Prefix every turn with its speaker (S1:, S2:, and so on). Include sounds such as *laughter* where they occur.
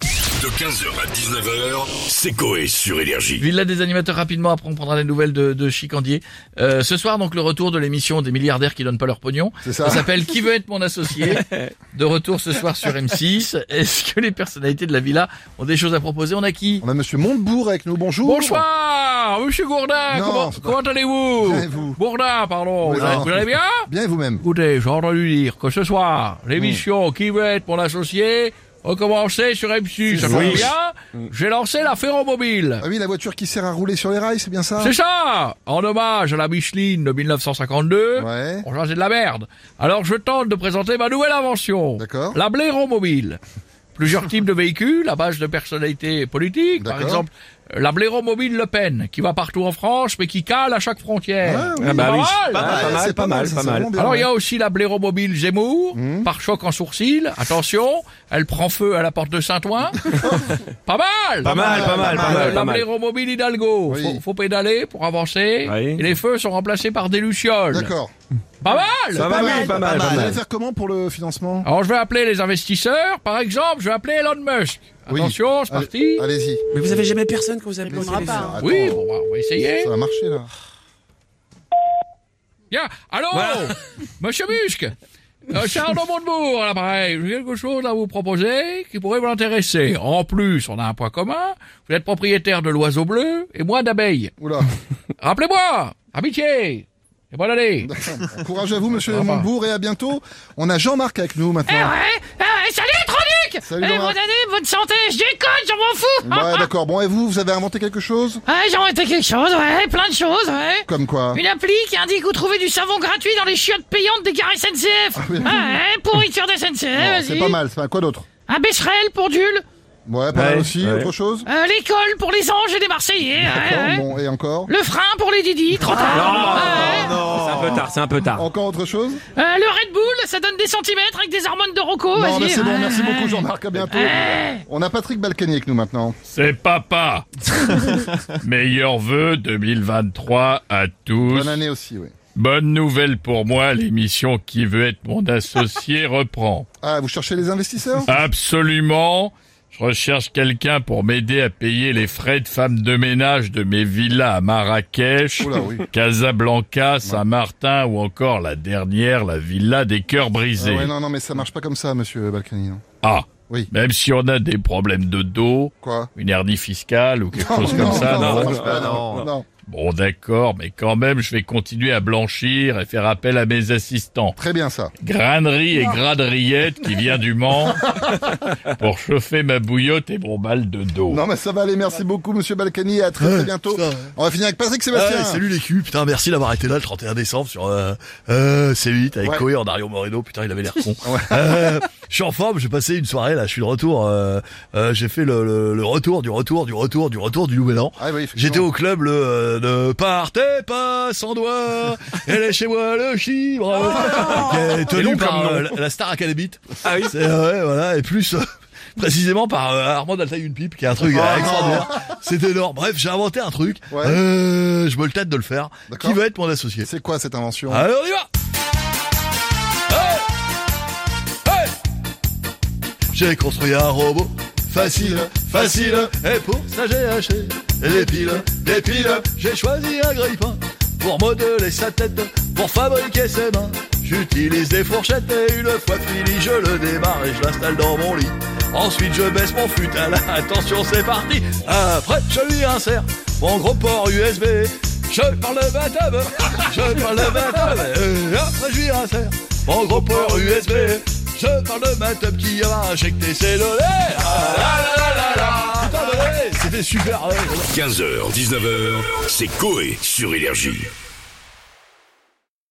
S1: De 15h à 19h, c'est Coé sur Énergie.
S2: Villa des animateurs rapidement, après on prendra les nouvelles de, de Chicandier. Euh, ce soir donc le retour de l'émission des milliardaires qui donnent pas leur pognon.
S3: C'est ça.
S2: s'appelle Qui veut être mon
S3: *laughs*
S2: associé De retour ce soir sur M6. Est-ce que les personnalités de la villa ont des choses à proposer On a qui
S3: On a monsieur Montebourg avec nous, bonjour.
S2: Bonsoir Monsieur Gourdin,
S3: Non,
S2: comment,
S3: c'est pas-
S2: comment allez-vous
S3: Bien, et vous
S2: Gourdin, pardon,
S3: Mais
S2: vous allez,
S3: non.
S2: vous allez bien
S3: Bien et vous-même
S2: Écoutez, j'ai entendu dire que ce soir, l'émission Qui veut être mon associé recommençait sur M6. Ça
S3: C'est
S2: tombe
S3: ça.
S2: bien, j'ai lancé la ferromobile.
S3: Ah oui, la voiture qui sert à rouler sur les rails, c'est bien ça
S2: C'est ça En hommage à la Micheline de 1952,
S3: Ouais.
S2: on changeait de la merde. Alors je tente de présenter ma nouvelle invention.
S3: D'accord.
S2: La bléromobile. Plusieurs types de véhicules à base de personnalités politiques. Par
S3: D'accord.
S2: exemple, euh, la bléromobile Le Pen, qui va partout en France, mais qui cale à chaque frontière.
S3: Ah oui.
S4: Ah bah
S2: Pas
S4: oui.
S2: mal,
S4: Pas
S2: hein
S4: mal,
S3: Ouais,
S4: pas
S3: c'est pas mal,
S4: mal,
S3: ça,
S4: pas
S3: c'est
S4: mal.
S3: vraiment bien,
S2: Alors il y
S3: ouais.
S2: a aussi la bléromobile Zemmour,
S4: Hmm.
S2: par choc en sourcil. Attention, elle prend feu à la porte de
S4: *laughs*
S2: Saint-Ouen. pas mal
S4: Pas mal, pas mal, pas mal,
S2: la
S4: pas mal.
S2: bléromobile Hidalgo,
S3: Oui.
S2: faut, faut pédaler pour avancer.
S4: Oui.
S2: Et les feux sont remplacés par des lucioles.
S3: D'accord.
S2: Pas mal
S4: Pas mal, oui, pas mal, pas
S3: Vous allez
S4: mal.
S3: faire comment pour le financement
S2: Alors je vais appeler les investisseurs, par exemple, je vais appeler Elon Musk.
S3: Oui.
S2: Attention, c'est
S3: Allez-
S2: parti.
S3: Allez-y.
S4: Mais vous avez jamais personne que vous appelez au téléphone.
S3: Attends,
S2: Oui, bon, bah, on va essayer.
S3: Ça va marcher là.
S2: Bien, allô
S4: Voilà.
S2: *laughs* Monsieur Musk euh, Charles de Montebourg, à l'appareil. J'ai quelque chose à vous proposer qui pourrait vous intéresser. En plus, on a un point commun. Vous êtes propriétaire de l'oiseau bleu et moi d'abeille. *laughs*
S3: Oula.
S2: Rappelez-moi Amitié Et bonne année
S3: Courage à vous, monsieur
S2: va.
S3: Montebourg, et à bientôt. On a Jean-Marc avec nous maintenant.
S5: Ouais, ah ouais, salut Tronic
S3: Salut,
S5: Eh,
S3: Jean-Marc.
S5: bonne année, bonne santé, je déconne, je m'en
S2: Eh,
S5: fous Ah,
S3: Ouais, d'accord. Bon, et vous, vous avez inventé quelque chose
S5: Ouais, j'ai inventé quelque chose, ouais, plein de choses, ouais
S3: Comme quoi
S5: Une appli qui indique où trouver du savon gratuit dans les chiottes payantes des gares SNCF
S3: Ah, oui.
S5: Ah, Ouais, pourriture des SNCF,
S3: Non, C'est pas
S5: vas-y
S3: mal, c'est pas quoi d'autre
S5: Un Becherel pour Dul,
S3: Ouais, pas mal
S4: Ouais,
S3: aussi.
S4: ouais.
S3: Autre chose
S5: euh, l'école pour les anges et les Marseillais, ouais,
S3: D'accord,
S5: ouais.
S3: Bon, Ah. et encore
S5: Le frein pour les Didi, trop tard Ouais.
S4: C'est un peu tard, c'est un peu tard.
S3: Encore autre chose
S5: Euh, Le Red Bull, ça donne des centimètres avec des hormones de Rocco,
S3: Non,
S5: vas-y
S3: mais c'est bon,
S5: ouais,
S3: merci
S5: ouais.
S3: beaucoup Jean-Marc, à bientôt. On a Patrick Balkany avec nous maintenant.
S2: *laughs* C'est *laughs* papa. Meilleurs vœux 2023 à tous.
S3: Bonne année aussi, oui.
S2: Bonne nouvelle pour moi, l'émission qui veut être *laughs* mon associé reprend.
S3: Ah, vous cherchez les investisseurs
S2: Ah, Absolument. Je recherche quelqu'un pour m'aider à payer les frais de femme de ménage de mes villas à Marrakech,
S3: Oula, oui.
S2: Casablanca, Saint-Martin ou encore la dernière, la villa des cœurs
S3: Ah
S2: brisés.
S3: ouais, non, non, mais ça marche pas comme ça, monsieur Balkany. non.
S2: Ah,
S3: Oui.
S2: même si on a des problèmes de dos,
S3: Quoi
S2: une hernie fiscale ou quelque chose
S3: Non,
S2: comme ça,
S3: non,
S2: non
S3: ça marche pas, non, non.
S2: Bon d'accord, mais quand même, je vais continuer à blanchir et faire appel à mes assistants.
S3: Très bien ça.
S2: Granerie et Gradriette qui vient du Mans pour chauffer ma bouillotte et mon bal de dos.
S3: Non, mais ça va aller, merci beaucoup, monsieur Balkany, et à très, très bientôt.
S6: putain.
S3: On va finir avec Patrick Sébastien.
S6: Ah Ouais, salut les cubes, putain, merci d'avoir été là le 31 décembre sur euh, euh, C8 avec
S3: Ouais.
S6: Coé en Dario Moreno, putain, il avait l'air
S3: *laughs*
S6: con. Euh, je suis en forme, j'ai passé une soirée là, je suis de retour, euh, euh, j'ai fait le, le- le retour du retour du retour du retour du Nouvel An.
S3: Ah oui, effectivement.
S6: J'étais au club le euh, Ne partez pas sans doigt, elle est chez moi le
S3: *laughs*
S6: chibre,
S3: Oh.
S6: qui est
S4: long
S6: tenu
S4: comme
S6: par
S4: nom.
S6: euh, la, la Star Academy.
S4: Ah oui.
S6: C'est ouais, voilà, et plus euh, précisément par euh, Armand Altaï une pipe, qui est un truc
S3: Oh,
S6: euh, extraordinaire. *laughs* C'est énorme. Bref, j'ai inventé un truc.
S3: Ouais.
S6: Euh, je me le tâte de le faire.
S3: D'accord.
S6: Qui va être mon associé
S3: C'est quoi cette
S2: Ah,
S3: invention
S6: Allez, on y va Hey Hey J'ai construit un robot. Facile, facile, et pour ça j'ai acheté des piles, des piles. J'ai choisi un grille-pain pour modeler sa tête, pour fabriquer ses mains. J'utilise des fourchettes et une fois fini, je le démarre et je l'installe dans mon lit. Ensuite, je baisse mon fut à la- attention, c'est parti. Après, je lui insère mon gros port USB. Je parle le batave, je parle le batave, et après, je lui insère mon gros port USB. Je parle de ma tub qui va injecter ses données. Ah, la, la, la, la, la. Putain, ouais, C'était super. ouais.
S1: 15h, 19h, c'est Coé sur Énergie.